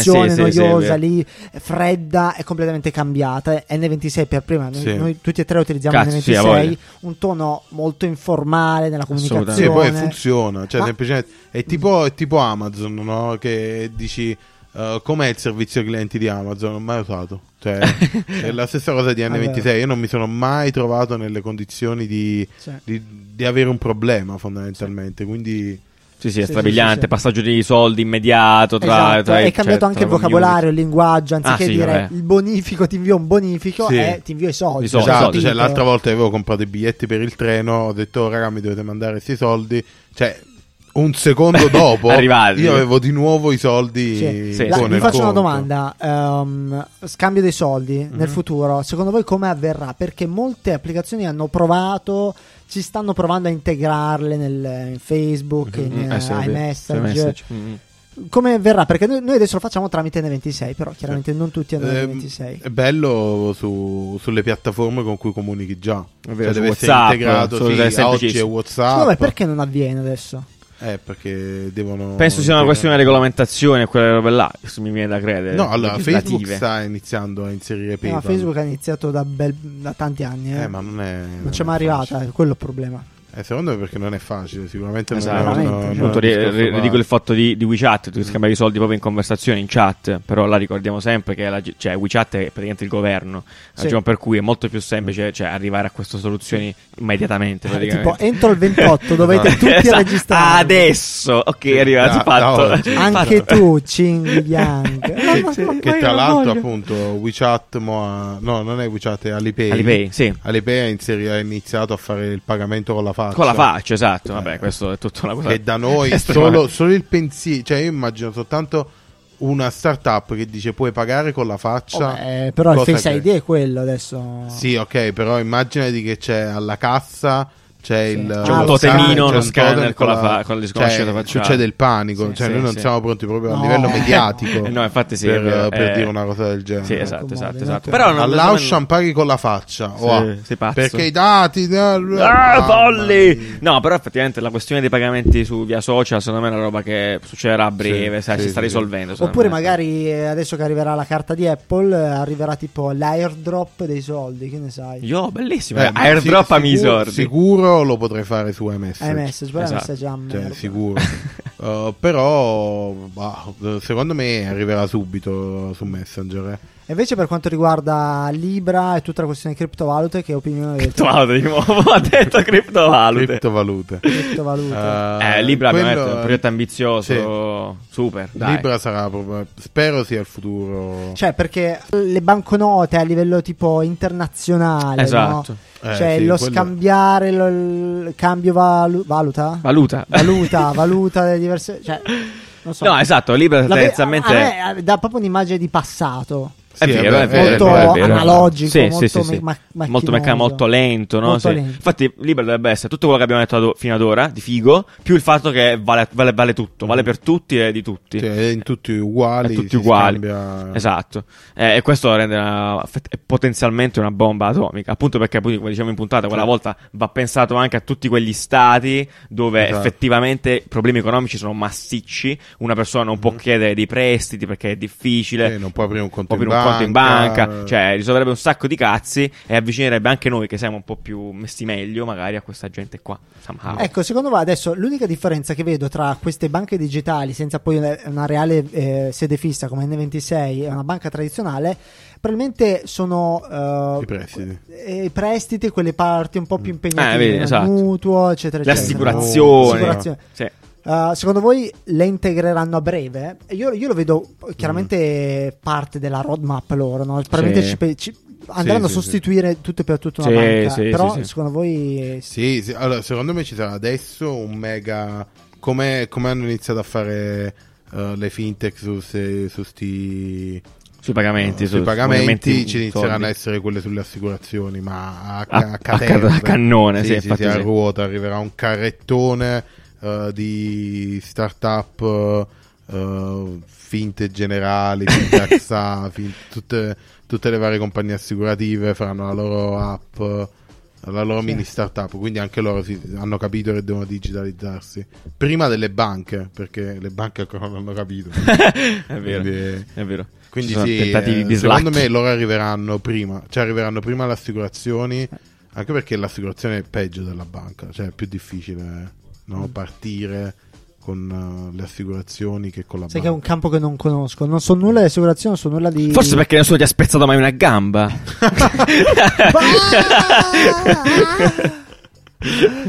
[SPEAKER 1] sì, sì, sì, è
[SPEAKER 3] noiosa
[SPEAKER 1] vero.
[SPEAKER 3] lì, fredda, è completamente cambiata. N26 per prima, noi,
[SPEAKER 2] Sì.
[SPEAKER 3] noi tutti e tre utilizziamo
[SPEAKER 1] Cazzo, sì, ha
[SPEAKER 3] N26,
[SPEAKER 1] voglia.
[SPEAKER 3] un tono molto informale nella
[SPEAKER 1] Assolutamente.
[SPEAKER 3] comunicazione.
[SPEAKER 2] Sì, poi funziona. Cioè,
[SPEAKER 3] Ma-
[SPEAKER 2] semplicemente è tipo, è tipo Amazon, no? Che dici. eh, com'è il servizio clienti di Amazon? Non l'ho mai usato. Cioè, è la stessa cosa di N26. Io non mi sono mai trovato nelle condizioni di,
[SPEAKER 3] Cioè,
[SPEAKER 2] di- di avere un problema, fondamentalmente. Quindi.
[SPEAKER 1] Sì, sì, è
[SPEAKER 3] Sì,
[SPEAKER 1] strabiliante.
[SPEAKER 3] sì, sì.
[SPEAKER 1] Passaggio di soldi immediato. Tra,
[SPEAKER 3] esatto,
[SPEAKER 1] tra-
[SPEAKER 3] è
[SPEAKER 1] cioè,
[SPEAKER 3] cambiato
[SPEAKER 1] tra
[SPEAKER 3] anche il
[SPEAKER 1] ognuno.
[SPEAKER 3] vocabolario, il linguaggio, anziché
[SPEAKER 1] Ah, sì,
[SPEAKER 3] dire
[SPEAKER 1] vabbè.
[SPEAKER 3] il bonifico, ti invio un bonifico,
[SPEAKER 2] Sì.
[SPEAKER 3] è ti invio i soldi.
[SPEAKER 1] I soldi,
[SPEAKER 3] cioè,
[SPEAKER 2] esatto,
[SPEAKER 1] soldi.
[SPEAKER 2] cioè,
[SPEAKER 3] tipo-
[SPEAKER 2] l'altra volta avevo comprato i biglietti per il treno, ho detto, "Oh, raga, mi dovete mandare questi soldi. Cioè, un secondo dopo,
[SPEAKER 1] Arrivati.
[SPEAKER 2] io avevo di nuovo i soldi.
[SPEAKER 3] Sì.
[SPEAKER 1] Sì.
[SPEAKER 3] La-
[SPEAKER 2] con
[SPEAKER 3] vi
[SPEAKER 2] il
[SPEAKER 3] faccio una
[SPEAKER 2] conto. Mhm.
[SPEAKER 3] domanda. ehm, scambio dei soldi nel futuro, secondo voi come avverrà? Perché molte applicazioni hanno provato, ci stanno provando a integrarle nel, in Facebook,
[SPEAKER 2] Mhm.
[SPEAKER 3] in
[SPEAKER 1] Mm, eh, sì, è
[SPEAKER 3] eh,
[SPEAKER 1] vero.
[SPEAKER 3] iMessage.
[SPEAKER 1] iMessage, mm, mm.
[SPEAKER 3] Come avverrà? Perché noi, noi adesso lo facciamo tramite N26, però chiaramente non tutti hanno
[SPEAKER 2] Ehm,
[SPEAKER 3] N26.
[SPEAKER 2] è bello su- sulle piattaforme con cui comunichi già.
[SPEAKER 1] È vero, su
[SPEAKER 2] cioè, deve
[SPEAKER 1] WhatsApp,
[SPEAKER 2] essere integrato.
[SPEAKER 1] su-
[SPEAKER 2] Sì,
[SPEAKER 1] è
[SPEAKER 2] a oggi è
[SPEAKER 1] semplicissimo.
[SPEAKER 2] WhatsApp.
[SPEAKER 3] Secondo me perché non avviene adesso?
[SPEAKER 2] Eh, perché devono.
[SPEAKER 1] Penso sia una
[SPEAKER 2] integrare.
[SPEAKER 1] questione di regolamentazione, quella roba là, se mi viene da credere.
[SPEAKER 2] No, allora, Facebook
[SPEAKER 1] legislative.
[SPEAKER 2] sta iniziando a inserire
[SPEAKER 3] Eh,
[SPEAKER 2] PayPal.
[SPEAKER 3] ma Facebook ha iniziato da, bel- da tanti anni, eh.
[SPEAKER 2] Eh, ma non è.
[SPEAKER 3] non c'è
[SPEAKER 2] è
[SPEAKER 3] mai
[SPEAKER 2] facile.
[SPEAKER 3] arrivata, è quello il problema.
[SPEAKER 2] Eh, secondo me perché non è facile, sicuramente
[SPEAKER 1] Esatto.
[SPEAKER 2] non è
[SPEAKER 3] Veramente, cioè.
[SPEAKER 1] Appunto,
[SPEAKER 2] non
[SPEAKER 1] ri-
[SPEAKER 2] è un discorso
[SPEAKER 1] ri- ridicolo il
[SPEAKER 2] facile.
[SPEAKER 1] fatto di, di WeChat, tu scambiavi i soldi proprio in conversazione, in chat, però la ricordiamo sempre che la ge- cioè, WeChat è praticamente il governo, ragione per cui è molto più semplice cioè, arrivare a queste soluzioni immediatamente.
[SPEAKER 3] Eh,
[SPEAKER 1] praticamente.
[SPEAKER 3] tipo, entro il 28 dovete
[SPEAKER 1] Esatto.
[SPEAKER 3] tutti
[SPEAKER 1] Esatto.
[SPEAKER 3] registrarvi.
[SPEAKER 1] Adesso, ok, è
[SPEAKER 2] Da-
[SPEAKER 1] arrivato,
[SPEAKER 2] da
[SPEAKER 1] fatto.
[SPEAKER 2] oggi.
[SPEAKER 3] Anche tu, Cinghi Bianca.
[SPEAKER 1] Sì,
[SPEAKER 3] Eh, Ma-
[SPEAKER 1] sì.
[SPEAKER 3] ma- ma
[SPEAKER 2] Che
[SPEAKER 3] io
[SPEAKER 2] tra
[SPEAKER 3] non
[SPEAKER 2] l'altro,
[SPEAKER 3] voglio.
[SPEAKER 2] appunto, WeChat, mo ha- no, non è WeChat, è Alipay.
[SPEAKER 1] Alipay, sì.
[SPEAKER 2] Alipay ha, inseri- ha iniziato a fare il pagamento con la faccia.
[SPEAKER 1] Con la faccia, esatto. Vabbè,
[SPEAKER 2] Eh.
[SPEAKER 1] questo è tutta una cosa.
[SPEAKER 2] Che da noi
[SPEAKER 1] estrema.
[SPEAKER 2] solo, solo il pensiero, cioè io immagino soltanto una startup che dice puoi pagare con la faccia.
[SPEAKER 3] Vabbè, Oh, eh, però il
[SPEAKER 2] cosa
[SPEAKER 3] Face
[SPEAKER 2] che-
[SPEAKER 3] ID è quello adesso.
[SPEAKER 2] Sì, ok, però immaginati che c'è alla cassa c'è
[SPEAKER 3] Sì.
[SPEAKER 2] il
[SPEAKER 3] C'è
[SPEAKER 1] C'è
[SPEAKER 3] Ah,
[SPEAKER 1] un
[SPEAKER 2] lo
[SPEAKER 1] totemino,
[SPEAKER 2] scan- c'è
[SPEAKER 1] uno
[SPEAKER 2] un
[SPEAKER 1] scanner
[SPEAKER 2] totem
[SPEAKER 1] con la, fa- con la
[SPEAKER 2] cioè,
[SPEAKER 1] sconosciuta facciale.
[SPEAKER 2] succede il panico,
[SPEAKER 1] Sì,
[SPEAKER 2] cioè
[SPEAKER 1] sì,
[SPEAKER 2] noi non
[SPEAKER 1] sì.
[SPEAKER 2] siamo pronti proprio a
[SPEAKER 3] No.
[SPEAKER 2] livello mediatico
[SPEAKER 1] Eh, no, infatti sì, è
[SPEAKER 2] per,
[SPEAKER 1] vero,
[SPEAKER 2] per
[SPEAKER 1] eh,
[SPEAKER 2] dire una cosa del genere.
[SPEAKER 1] Sì,
[SPEAKER 3] Mi
[SPEAKER 1] esatto,
[SPEAKER 3] raccomando,
[SPEAKER 1] esatto,
[SPEAKER 3] mi
[SPEAKER 1] esatto.
[SPEAKER 3] raccomando.
[SPEAKER 1] Però non
[SPEAKER 2] All'Auchan paghi con la faccia,
[SPEAKER 1] Sì,
[SPEAKER 2] oh,
[SPEAKER 1] sei pazzo.
[SPEAKER 2] perché i dati... eh,
[SPEAKER 1] Ah,
[SPEAKER 2] Mamma
[SPEAKER 1] folli!
[SPEAKER 2] mia.
[SPEAKER 1] No, però effettivamente la questione dei pagamenti su via social, secondo me è una roba che succederà a breve,
[SPEAKER 2] Sì,
[SPEAKER 1] sai,
[SPEAKER 2] sì,
[SPEAKER 1] si sta
[SPEAKER 2] sì, sì.
[SPEAKER 1] risolvendo. secondo
[SPEAKER 3] Oppure
[SPEAKER 1] me.
[SPEAKER 3] magari eh, adesso che arriverà la carta di Apple, eh, arriverà tipo l'airdrop dei soldi, che ne sai?
[SPEAKER 1] Io, bellissimo.
[SPEAKER 2] Eh,
[SPEAKER 1] airdrop
[SPEAKER 2] sì,
[SPEAKER 1] a miei
[SPEAKER 2] sicuro,
[SPEAKER 1] soldi.
[SPEAKER 2] sicuro lo potrei fare su MS.
[SPEAKER 3] iMessage, però
[SPEAKER 1] Esatto.
[SPEAKER 3] iMessage Eh, è una
[SPEAKER 2] Cioè,
[SPEAKER 3] merda.
[SPEAKER 2] sicuro. Eh, però bah, secondo me arriverà subito su Messenger. eh.
[SPEAKER 3] E invece per quanto riguarda Libra e tutta la questione criptovalute, che opinione avete?
[SPEAKER 1] Criptovalute, di nuovo, ha detto criptovalute.
[SPEAKER 2] Criptovalute.
[SPEAKER 3] Criptovalute.
[SPEAKER 2] Eh,
[SPEAKER 1] eh, Libra abbiamo
[SPEAKER 2] quello-
[SPEAKER 1] detto, è un progetto ambizioso, super, dai.
[SPEAKER 2] Libra sarà proprio. Spero sia il futuro.
[SPEAKER 1] Esatto.
[SPEAKER 3] Cioè, perché le banconote a livello tipo internazionale,
[SPEAKER 1] Esatto.
[SPEAKER 3] no?
[SPEAKER 2] Eh,
[SPEAKER 3] cioè
[SPEAKER 2] sì,
[SPEAKER 3] lo
[SPEAKER 2] quello-
[SPEAKER 3] scambiare, lo- il cambio valu- valuta?
[SPEAKER 1] Valuta.
[SPEAKER 3] Valuta, valuta delle diverse... Cioè, non so.
[SPEAKER 1] No, esatto, Libra
[SPEAKER 3] La ve-
[SPEAKER 1] tendenzialmente...
[SPEAKER 3] a me, eh, dà proprio un'immagine di passato.
[SPEAKER 1] È
[SPEAKER 2] Sì,
[SPEAKER 1] vero, è
[SPEAKER 2] vabbè,
[SPEAKER 1] vero,
[SPEAKER 3] molto
[SPEAKER 1] è vero, è vero.
[SPEAKER 3] analogico,
[SPEAKER 1] Sì,
[SPEAKER 3] molto
[SPEAKER 1] sì, sì, sì.
[SPEAKER 3] ma- macchinoso.
[SPEAKER 1] molto meccanico, molto lento, no?
[SPEAKER 3] Molto
[SPEAKER 1] Sì.
[SPEAKER 3] lento.
[SPEAKER 1] Infatti, Libra dovrebbe essere tutto quello che abbiamo detto ad- fino ad ora, di figo, più il fatto che vale, vale- vale tutto, vale per tutti e di tutti.
[SPEAKER 2] Cioè, in tutti uguali.
[SPEAKER 1] È tutti
[SPEAKER 2] si
[SPEAKER 1] uguali.
[SPEAKER 2] scambia-
[SPEAKER 1] Esatto, Eh, e questo rende una- effett- potenzialmente una bomba atomica, appunto perché, appunto, come diciamo in puntata, quella
[SPEAKER 2] Sì.
[SPEAKER 1] volta va pensato anche a tutti quegli stati dove
[SPEAKER 2] Esatto.
[SPEAKER 1] effettivamente i problemi economici sono massicci, una persona non può chiedere dei prestiti perché è difficile,
[SPEAKER 2] Mm-hmm. Eh, non può aprire un conto,
[SPEAKER 1] o per
[SPEAKER 2] in,
[SPEAKER 1] un
[SPEAKER 2] banca,
[SPEAKER 1] conto in banca, cioè risolverebbe un sacco di cazzi e avvicinerebbe anche noi che siamo un po' più messi meglio magari a questa gente qua. Somehow.
[SPEAKER 3] Ecco, secondo me adesso l'unica differenza che vedo tra queste banche digitali, senza poi una, una reale eh, sede fissa come N26 e una banca tradizionale, probabilmente sono eh,
[SPEAKER 2] I prestiti.
[SPEAKER 3] eh, i prestiti, quelle parti un po' più impegnative,
[SPEAKER 1] Eh, vedi,
[SPEAKER 3] no?
[SPEAKER 1] esatto.
[SPEAKER 3] mutuo, eccetera,
[SPEAKER 1] Le
[SPEAKER 3] eccetera.
[SPEAKER 1] assicurazioni.
[SPEAKER 3] Assicurazioni.
[SPEAKER 1] Sì.
[SPEAKER 3] Uh, secondo voi le integreranno a breve? Io, io lo vedo chiaramente parte della roadmap loro, no? Probabilmente
[SPEAKER 1] Mm. Sì.
[SPEAKER 3] ci pe- ci- andranno
[SPEAKER 2] sì,
[SPEAKER 3] a sostituire tutto e per tutto una
[SPEAKER 1] Sì,
[SPEAKER 3] banca,
[SPEAKER 1] sì,
[SPEAKER 3] però
[SPEAKER 1] sì, sì.
[SPEAKER 3] secondo voi...
[SPEAKER 2] Sì, sì, allora secondo me ci sarà adesso un mega. Come, come hanno iniziato a fare eh, le fintech su, se- su sti.
[SPEAKER 1] Sui pagamenti,
[SPEAKER 2] Eh,
[SPEAKER 1] su-
[SPEAKER 2] sui
[SPEAKER 1] su
[SPEAKER 2] pagamenti
[SPEAKER 1] movimenti,
[SPEAKER 2] ci inizieranno
[SPEAKER 1] soldi.
[SPEAKER 2] a essere quelle sulle assicurazioni, ma a,
[SPEAKER 1] A-
[SPEAKER 2] a,
[SPEAKER 1] a
[SPEAKER 2] caterva.
[SPEAKER 1] ca- a cannone, sì,
[SPEAKER 2] sì, sì,
[SPEAKER 1] infatti
[SPEAKER 2] a
[SPEAKER 1] sì.
[SPEAKER 2] ruota arriverà un carrettone eh, di start-up eh, eh, finte generali, finte AXA, fin- tutte, tutte le varie compagnie assicurative faranno la loro app, eh, la loro
[SPEAKER 3] Sì.
[SPEAKER 2] mini startup, quindi anche loro si- hanno capito che devono digitalizzarsi. Prima delle banche, perché le banche ancora non hanno capito.
[SPEAKER 1] è vero,
[SPEAKER 2] Quindi-
[SPEAKER 1] è vero.
[SPEAKER 2] quindi
[SPEAKER 1] Ci sono
[SPEAKER 2] sì,
[SPEAKER 1] tentativi
[SPEAKER 2] eh,
[SPEAKER 1] di
[SPEAKER 2] secondo
[SPEAKER 1] slacchi.
[SPEAKER 2] me loro arriveranno prima, cioè arriveranno prima le assicurazioni, anche perché l'assicurazione è peggio della banca, cioè è più difficile
[SPEAKER 1] Mm.
[SPEAKER 2] no, partire con eh, le assicurazioni che con la
[SPEAKER 3] Sai che è un
[SPEAKER 2] banca.
[SPEAKER 3] campo che non conosco, non so nulla di assicurazione, non so nulla di...
[SPEAKER 1] Forse perché nessuno ti ha spezzato mai una gamba.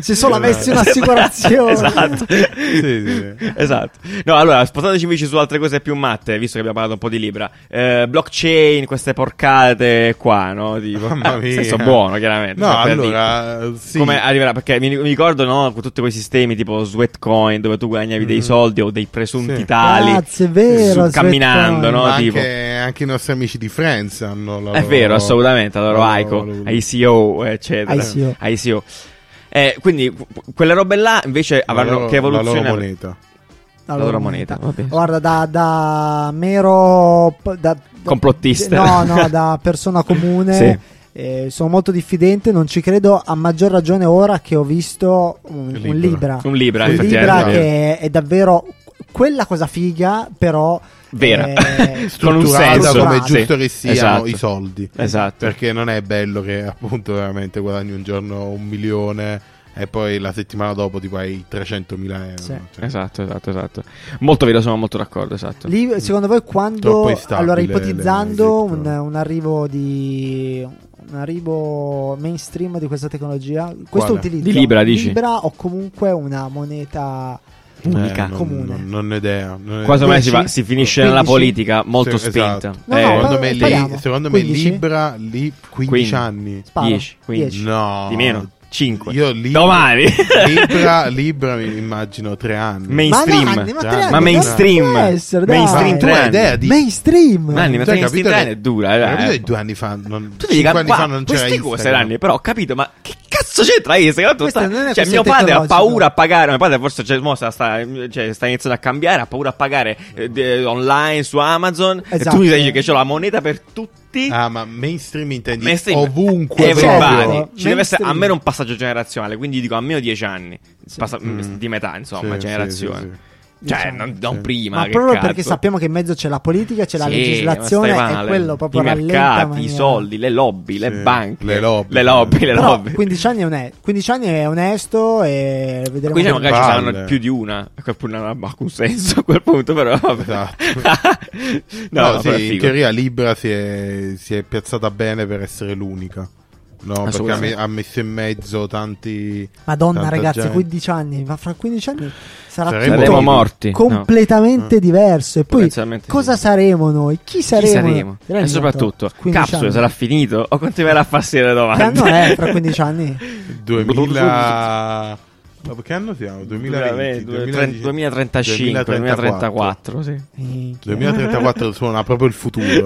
[SPEAKER 3] Se solo avessi un'assicurazione.
[SPEAKER 1] esatto.
[SPEAKER 2] Sì, sì, sì.
[SPEAKER 1] Esatto. No, allora, spostateci invece su altre cose più matte, visto che abbiamo parlato un po' di Libra. Eh, blockchain, queste porcate qua, no? Tipo,
[SPEAKER 2] Mamma
[SPEAKER 1] nel senso
[SPEAKER 2] mia.
[SPEAKER 1] buono, chiaramente.
[SPEAKER 2] No,
[SPEAKER 1] cioè, per dire.
[SPEAKER 2] allora, sì.
[SPEAKER 1] Come arriverà? Perché mi, mi ricordo, no? con Tutti quei sistemi tipo Sweatcoin, dove tu guadagnavi dei
[SPEAKER 2] Mm.
[SPEAKER 1] soldi o dei presunti
[SPEAKER 2] Sì.
[SPEAKER 1] tali.
[SPEAKER 3] Grazie, è vero.
[SPEAKER 1] Su- camminando,
[SPEAKER 3] Svetcoin.
[SPEAKER 1] no?
[SPEAKER 2] Ma
[SPEAKER 1] tipo-
[SPEAKER 2] anche, Oh. anche i nostri amici di Friends hanno la
[SPEAKER 1] È
[SPEAKER 2] loro-
[SPEAKER 1] vero, assolutamente. Allora,
[SPEAKER 2] la
[SPEAKER 1] ICO,
[SPEAKER 2] loro valuta.
[SPEAKER 1] ICO, eccetera.
[SPEAKER 3] ICO.
[SPEAKER 1] ICO. Eh, quindi qu- quelle robe là invece
[SPEAKER 2] La
[SPEAKER 1] avranno
[SPEAKER 2] loro-
[SPEAKER 1] che evoluzione
[SPEAKER 2] La loro
[SPEAKER 1] avr-
[SPEAKER 2] moneta.
[SPEAKER 1] la loro moneta, vabbè.
[SPEAKER 3] Guarda, da, da mero... p- Da, da-
[SPEAKER 1] Complottista.
[SPEAKER 3] No, no, da persona comune.
[SPEAKER 1] Sì.
[SPEAKER 3] eh, sono molto diffidente, non ci credo, a maggior ragione ora che ho visto un,
[SPEAKER 2] Il
[SPEAKER 3] un
[SPEAKER 2] libro.
[SPEAKER 3] Libra.
[SPEAKER 1] Un Libra,
[SPEAKER 2] Sì,
[SPEAKER 3] Un
[SPEAKER 1] effettivamente.
[SPEAKER 3] Libra
[SPEAKER 2] no.
[SPEAKER 3] che è davvero quella cosa figa, però...
[SPEAKER 1] Vera.
[SPEAKER 3] eh,
[SPEAKER 1] Con un
[SPEAKER 2] Strutturata
[SPEAKER 1] senso.
[SPEAKER 2] come è
[SPEAKER 1] Sì,
[SPEAKER 2] giusto che siano
[SPEAKER 1] esatto.
[SPEAKER 2] i soldi.
[SPEAKER 1] Esatto.
[SPEAKER 2] Perché non è bello che appunto veramente guadagni un giorno un milione e poi la settimana dopo tipo hai 300.000 euro.
[SPEAKER 3] Sì.
[SPEAKER 2] Cioè,
[SPEAKER 1] Esatto, esatto, esatto. Molto vero, sono molto d'accordo, esatto.
[SPEAKER 3] Lì, secondo voi quando
[SPEAKER 2] Troppo instabile
[SPEAKER 3] allora
[SPEAKER 2] le- le
[SPEAKER 3] ipotizzando un,
[SPEAKER 2] cripto.
[SPEAKER 3] un arrivo di un arrivo mainstream di questa tecnologia, questo
[SPEAKER 2] Quale?
[SPEAKER 3] utilizzo
[SPEAKER 1] Di Libra, dici?
[SPEAKER 3] Libra o comunque una moneta pubblica
[SPEAKER 2] eh, non,
[SPEAKER 3] comune.
[SPEAKER 2] Non, non ho idea. non ho
[SPEAKER 1] Qua secondo me
[SPEAKER 3] Dici?
[SPEAKER 1] si, va- si finisce nella
[SPEAKER 3] 15?
[SPEAKER 1] politica molto
[SPEAKER 2] Sì,
[SPEAKER 1] spinta.
[SPEAKER 2] esatto.
[SPEAKER 3] No,
[SPEAKER 1] Eh,
[SPEAKER 2] idea.
[SPEAKER 3] no,
[SPEAKER 2] secondo
[SPEAKER 3] pa-
[SPEAKER 2] me,
[SPEAKER 3] parliamo.
[SPEAKER 2] lì, secondo me
[SPEAKER 3] 15?
[SPEAKER 2] Libra lì 15
[SPEAKER 1] Quindi.
[SPEAKER 2] anni.
[SPEAKER 3] Sparo.
[SPEAKER 1] 10, 15.
[SPEAKER 3] 10.
[SPEAKER 2] No,
[SPEAKER 1] di meno, 5.
[SPEAKER 2] Io Libra,
[SPEAKER 1] Domani.
[SPEAKER 2] Libra, Libra mi immagino 3 anni.
[SPEAKER 3] Ma no,
[SPEAKER 1] mainstream.
[SPEAKER 3] anni, ma, tre
[SPEAKER 2] Ma
[SPEAKER 3] anni,
[SPEAKER 1] ma
[SPEAKER 3] dai,
[SPEAKER 1] mainstream.
[SPEAKER 3] può essere, dai.
[SPEAKER 1] mainstream
[SPEAKER 2] Ma tu
[SPEAKER 1] tre
[SPEAKER 2] hai
[SPEAKER 1] anni.
[SPEAKER 2] idea di-
[SPEAKER 3] Mainstream.
[SPEAKER 1] Ma anni, ma
[SPEAKER 2] Cioè,
[SPEAKER 1] tre anni
[SPEAKER 2] capito
[SPEAKER 1] tre
[SPEAKER 2] che-
[SPEAKER 1] anni è dura. eh,
[SPEAKER 2] Capito
[SPEAKER 1] eh.
[SPEAKER 2] che due anni fa, non,
[SPEAKER 1] Tu dici
[SPEAKER 2] cinque
[SPEAKER 1] che
[SPEAKER 2] anni
[SPEAKER 1] qua-
[SPEAKER 2] fa non c'era
[SPEAKER 1] queste cose
[SPEAKER 2] Instagram.
[SPEAKER 1] erano, però ho capito, ma che cazzo c'entra Instagram? Tu
[SPEAKER 3] Questa
[SPEAKER 1] sta-
[SPEAKER 3] non è una
[SPEAKER 1] cioè, mio
[SPEAKER 3] questione
[SPEAKER 1] padre ha
[SPEAKER 3] tecnologica.
[SPEAKER 1] paura a pagare, mio padre forse cioè, mo sta, sta- cioè, sta iniziando a cambiare, ha paura a pagare eh, de- online su Amazon e
[SPEAKER 3] Esatto.
[SPEAKER 1] tu mi dici che c'ho la moneta per tutti.
[SPEAKER 2] Ah, ma mainstream intendi
[SPEAKER 1] Mainstream.
[SPEAKER 2] ovunque.
[SPEAKER 1] Everybody.
[SPEAKER 2] proprio.
[SPEAKER 3] proprio.
[SPEAKER 1] Ci deve essere
[SPEAKER 3] Mainstream.
[SPEAKER 1] almeno un passaggio generazionale, quindi dico almeno 10 anni. Passa-
[SPEAKER 2] Mm.
[SPEAKER 1] Di metà, insomma,
[SPEAKER 2] Sì,
[SPEAKER 1] generazione.
[SPEAKER 2] sì, sì,
[SPEAKER 1] Cioè,
[SPEAKER 3] Diciamo,
[SPEAKER 1] non, non
[SPEAKER 2] sì.
[SPEAKER 1] prima.
[SPEAKER 3] Ma
[SPEAKER 1] che
[SPEAKER 3] proprio
[SPEAKER 1] cazzo.
[SPEAKER 3] perché sappiamo che in mezzo c'è la politica, c'è la
[SPEAKER 1] Sì,
[SPEAKER 3] legislazione
[SPEAKER 1] ma stai male.
[SPEAKER 3] e quello proprio
[SPEAKER 1] I
[SPEAKER 3] rallenta in
[SPEAKER 1] mercati, i
[SPEAKER 3] maniera-
[SPEAKER 1] soldi, le lobby, le
[SPEAKER 2] Sì.
[SPEAKER 1] banche,
[SPEAKER 2] Le lobby.
[SPEAKER 1] le lobby, le
[SPEAKER 3] Però
[SPEAKER 1] lobby.
[SPEAKER 3] 15 anni, è one- 15 anni è onesto e vedremo
[SPEAKER 1] Qui
[SPEAKER 3] che-
[SPEAKER 1] magari ci
[SPEAKER 2] palle.
[SPEAKER 1] saranno più di una, a quel punto non ha alcun senso a quel punto, però vabbè.
[SPEAKER 2] Esatto.
[SPEAKER 1] no,
[SPEAKER 2] No,
[SPEAKER 1] no,
[SPEAKER 2] sì,
[SPEAKER 1] però è
[SPEAKER 2] in
[SPEAKER 1] figo.
[SPEAKER 2] teoria Libra si è, si è piazzata bene per essere l'unica. No, perché ha, me-
[SPEAKER 1] Assolutamente.
[SPEAKER 2] ha messo in mezzo tanti.
[SPEAKER 3] Madonna
[SPEAKER 2] tanta
[SPEAKER 3] ragazzi,
[SPEAKER 2] gente.
[SPEAKER 3] 15 anni, ma fra 15 anni
[SPEAKER 2] Saremo
[SPEAKER 3] sarà
[SPEAKER 2] Mm.
[SPEAKER 3] tutto
[SPEAKER 1] Saremo
[SPEAKER 2] Poi-
[SPEAKER 1] morti. no.
[SPEAKER 3] completamente
[SPEAKER 2] No.
[SPEAKER 3] diverso. E poi
[SPEAKER 1] Potenzialmente
[SPEAKER 3] cosa
[SPEAKER 1] sì.
[SPEAKER 3] saremo noi? Chi saremo?
[SPEAKER 1] Chi saremo?
[SPEAKER 3] Te l'hai
[SPEAKER 1] E
[SPEAKER 3] detto?
[SPEAKER 1] soprattutto,
[SPEAKER 3] 15
[SPEAKER 1] Capsule
[SPEAKER 3] anni.
[SPEAKER 1] sarà finito o continuerà a farsi le
[SPEAKER 3] Che
[SPEAKER 1] domande?
[SPEAKER 3] anno è fra 15 anni?
[SPEAKER 2] 2000. Ma che anno siamo?
[SPEAKER 1] 2020,
[SPEAKER 2] 2020,
[SPEAKER 1] 2030, 2035, 2034, sì.
[SPEAKER 3] Minchia.
[SPEAKER 2] 2034 suona proprio il futuro.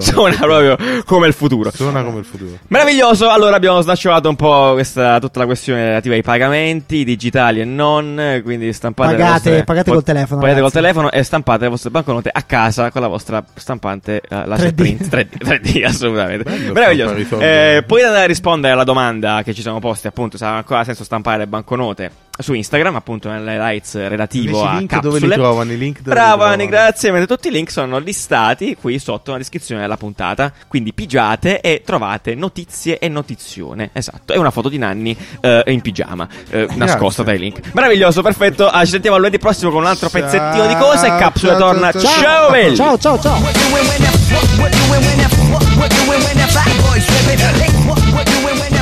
[SPEAKER 1] Suona proprio come il futuro.
[SPEAKER 2] Suona come il futuro.
[SPEAKER 1] Meraviglioso, allora abbiamo snacciolato un po' questa, tutta la questione relativa ai pagamenti digitali e non, eh, quindi stampate
[SPEAKER 3] Pagate-
[SPEAKER 1] le vostre,
[SPEAKER 3] pagate col telefono,
[SPEAKER 1] pagate col
[SPEAKER 3] ragazzi.
[SPEAKER 1] telefono e stampate le vostre banconote a casa con la vostra stampante eh, laser
[SPEAKER 3] 3D.
[SPEAKER 1] print 3D, 3D, assolutamente.
[SPEAKER 2] Bello
[SPEAKER 1] Meraviglioso.
[SPEAKER 2] stampare i soldi.
[SPEAKER 1] Eh, potete andare a rispondere alla domanda che ci siamo posti, appunto, se ha ancora senso stampare le banconote su Instagram, appunto, nelle lights relativo
[SPEAKER 2] Invece
[SPEAKER 1] a
[SPEAKER 2] i link
[SPEAKER 1] capsule.
[SPEAKER 2] dove li trovano? I link dove
[SPEAKER 1] Bravo
[SPEAKER 2] li
[SPEAKER 1] Ani,
[SPEAKER 2] trovano?
[SPEAKER 1] grazie. Mentre tutti i link sono listati qui sotto nella descrizione della puntata. Quindi pigiate e trovate notizie e notizione. Esatto. E una foto di Nanni eh, in pigiama, eh, nascosta dai link. Meraviglioso, perfetto. Ah, ci sentiamo lunedì prossimo con un altro
[SPEAKER 2] Ciao,
[SPEAKER 1] pezzettino di cose. E Capsule
[SPEAKER 2] ciao,
[SPEAKER 1] torna.
[SPEAKER 2] ciao,
[SPEAKER 1] Ciao,
[SPEAKER 2] ciao.
[SPEAKER 1] belli.
[SPEAKER 3] Ciao ciao ciao.
[SPEAKER 4] What doing when the what, what doing when the what, what doing when the fat boys tripping? Hey, what, what doing when the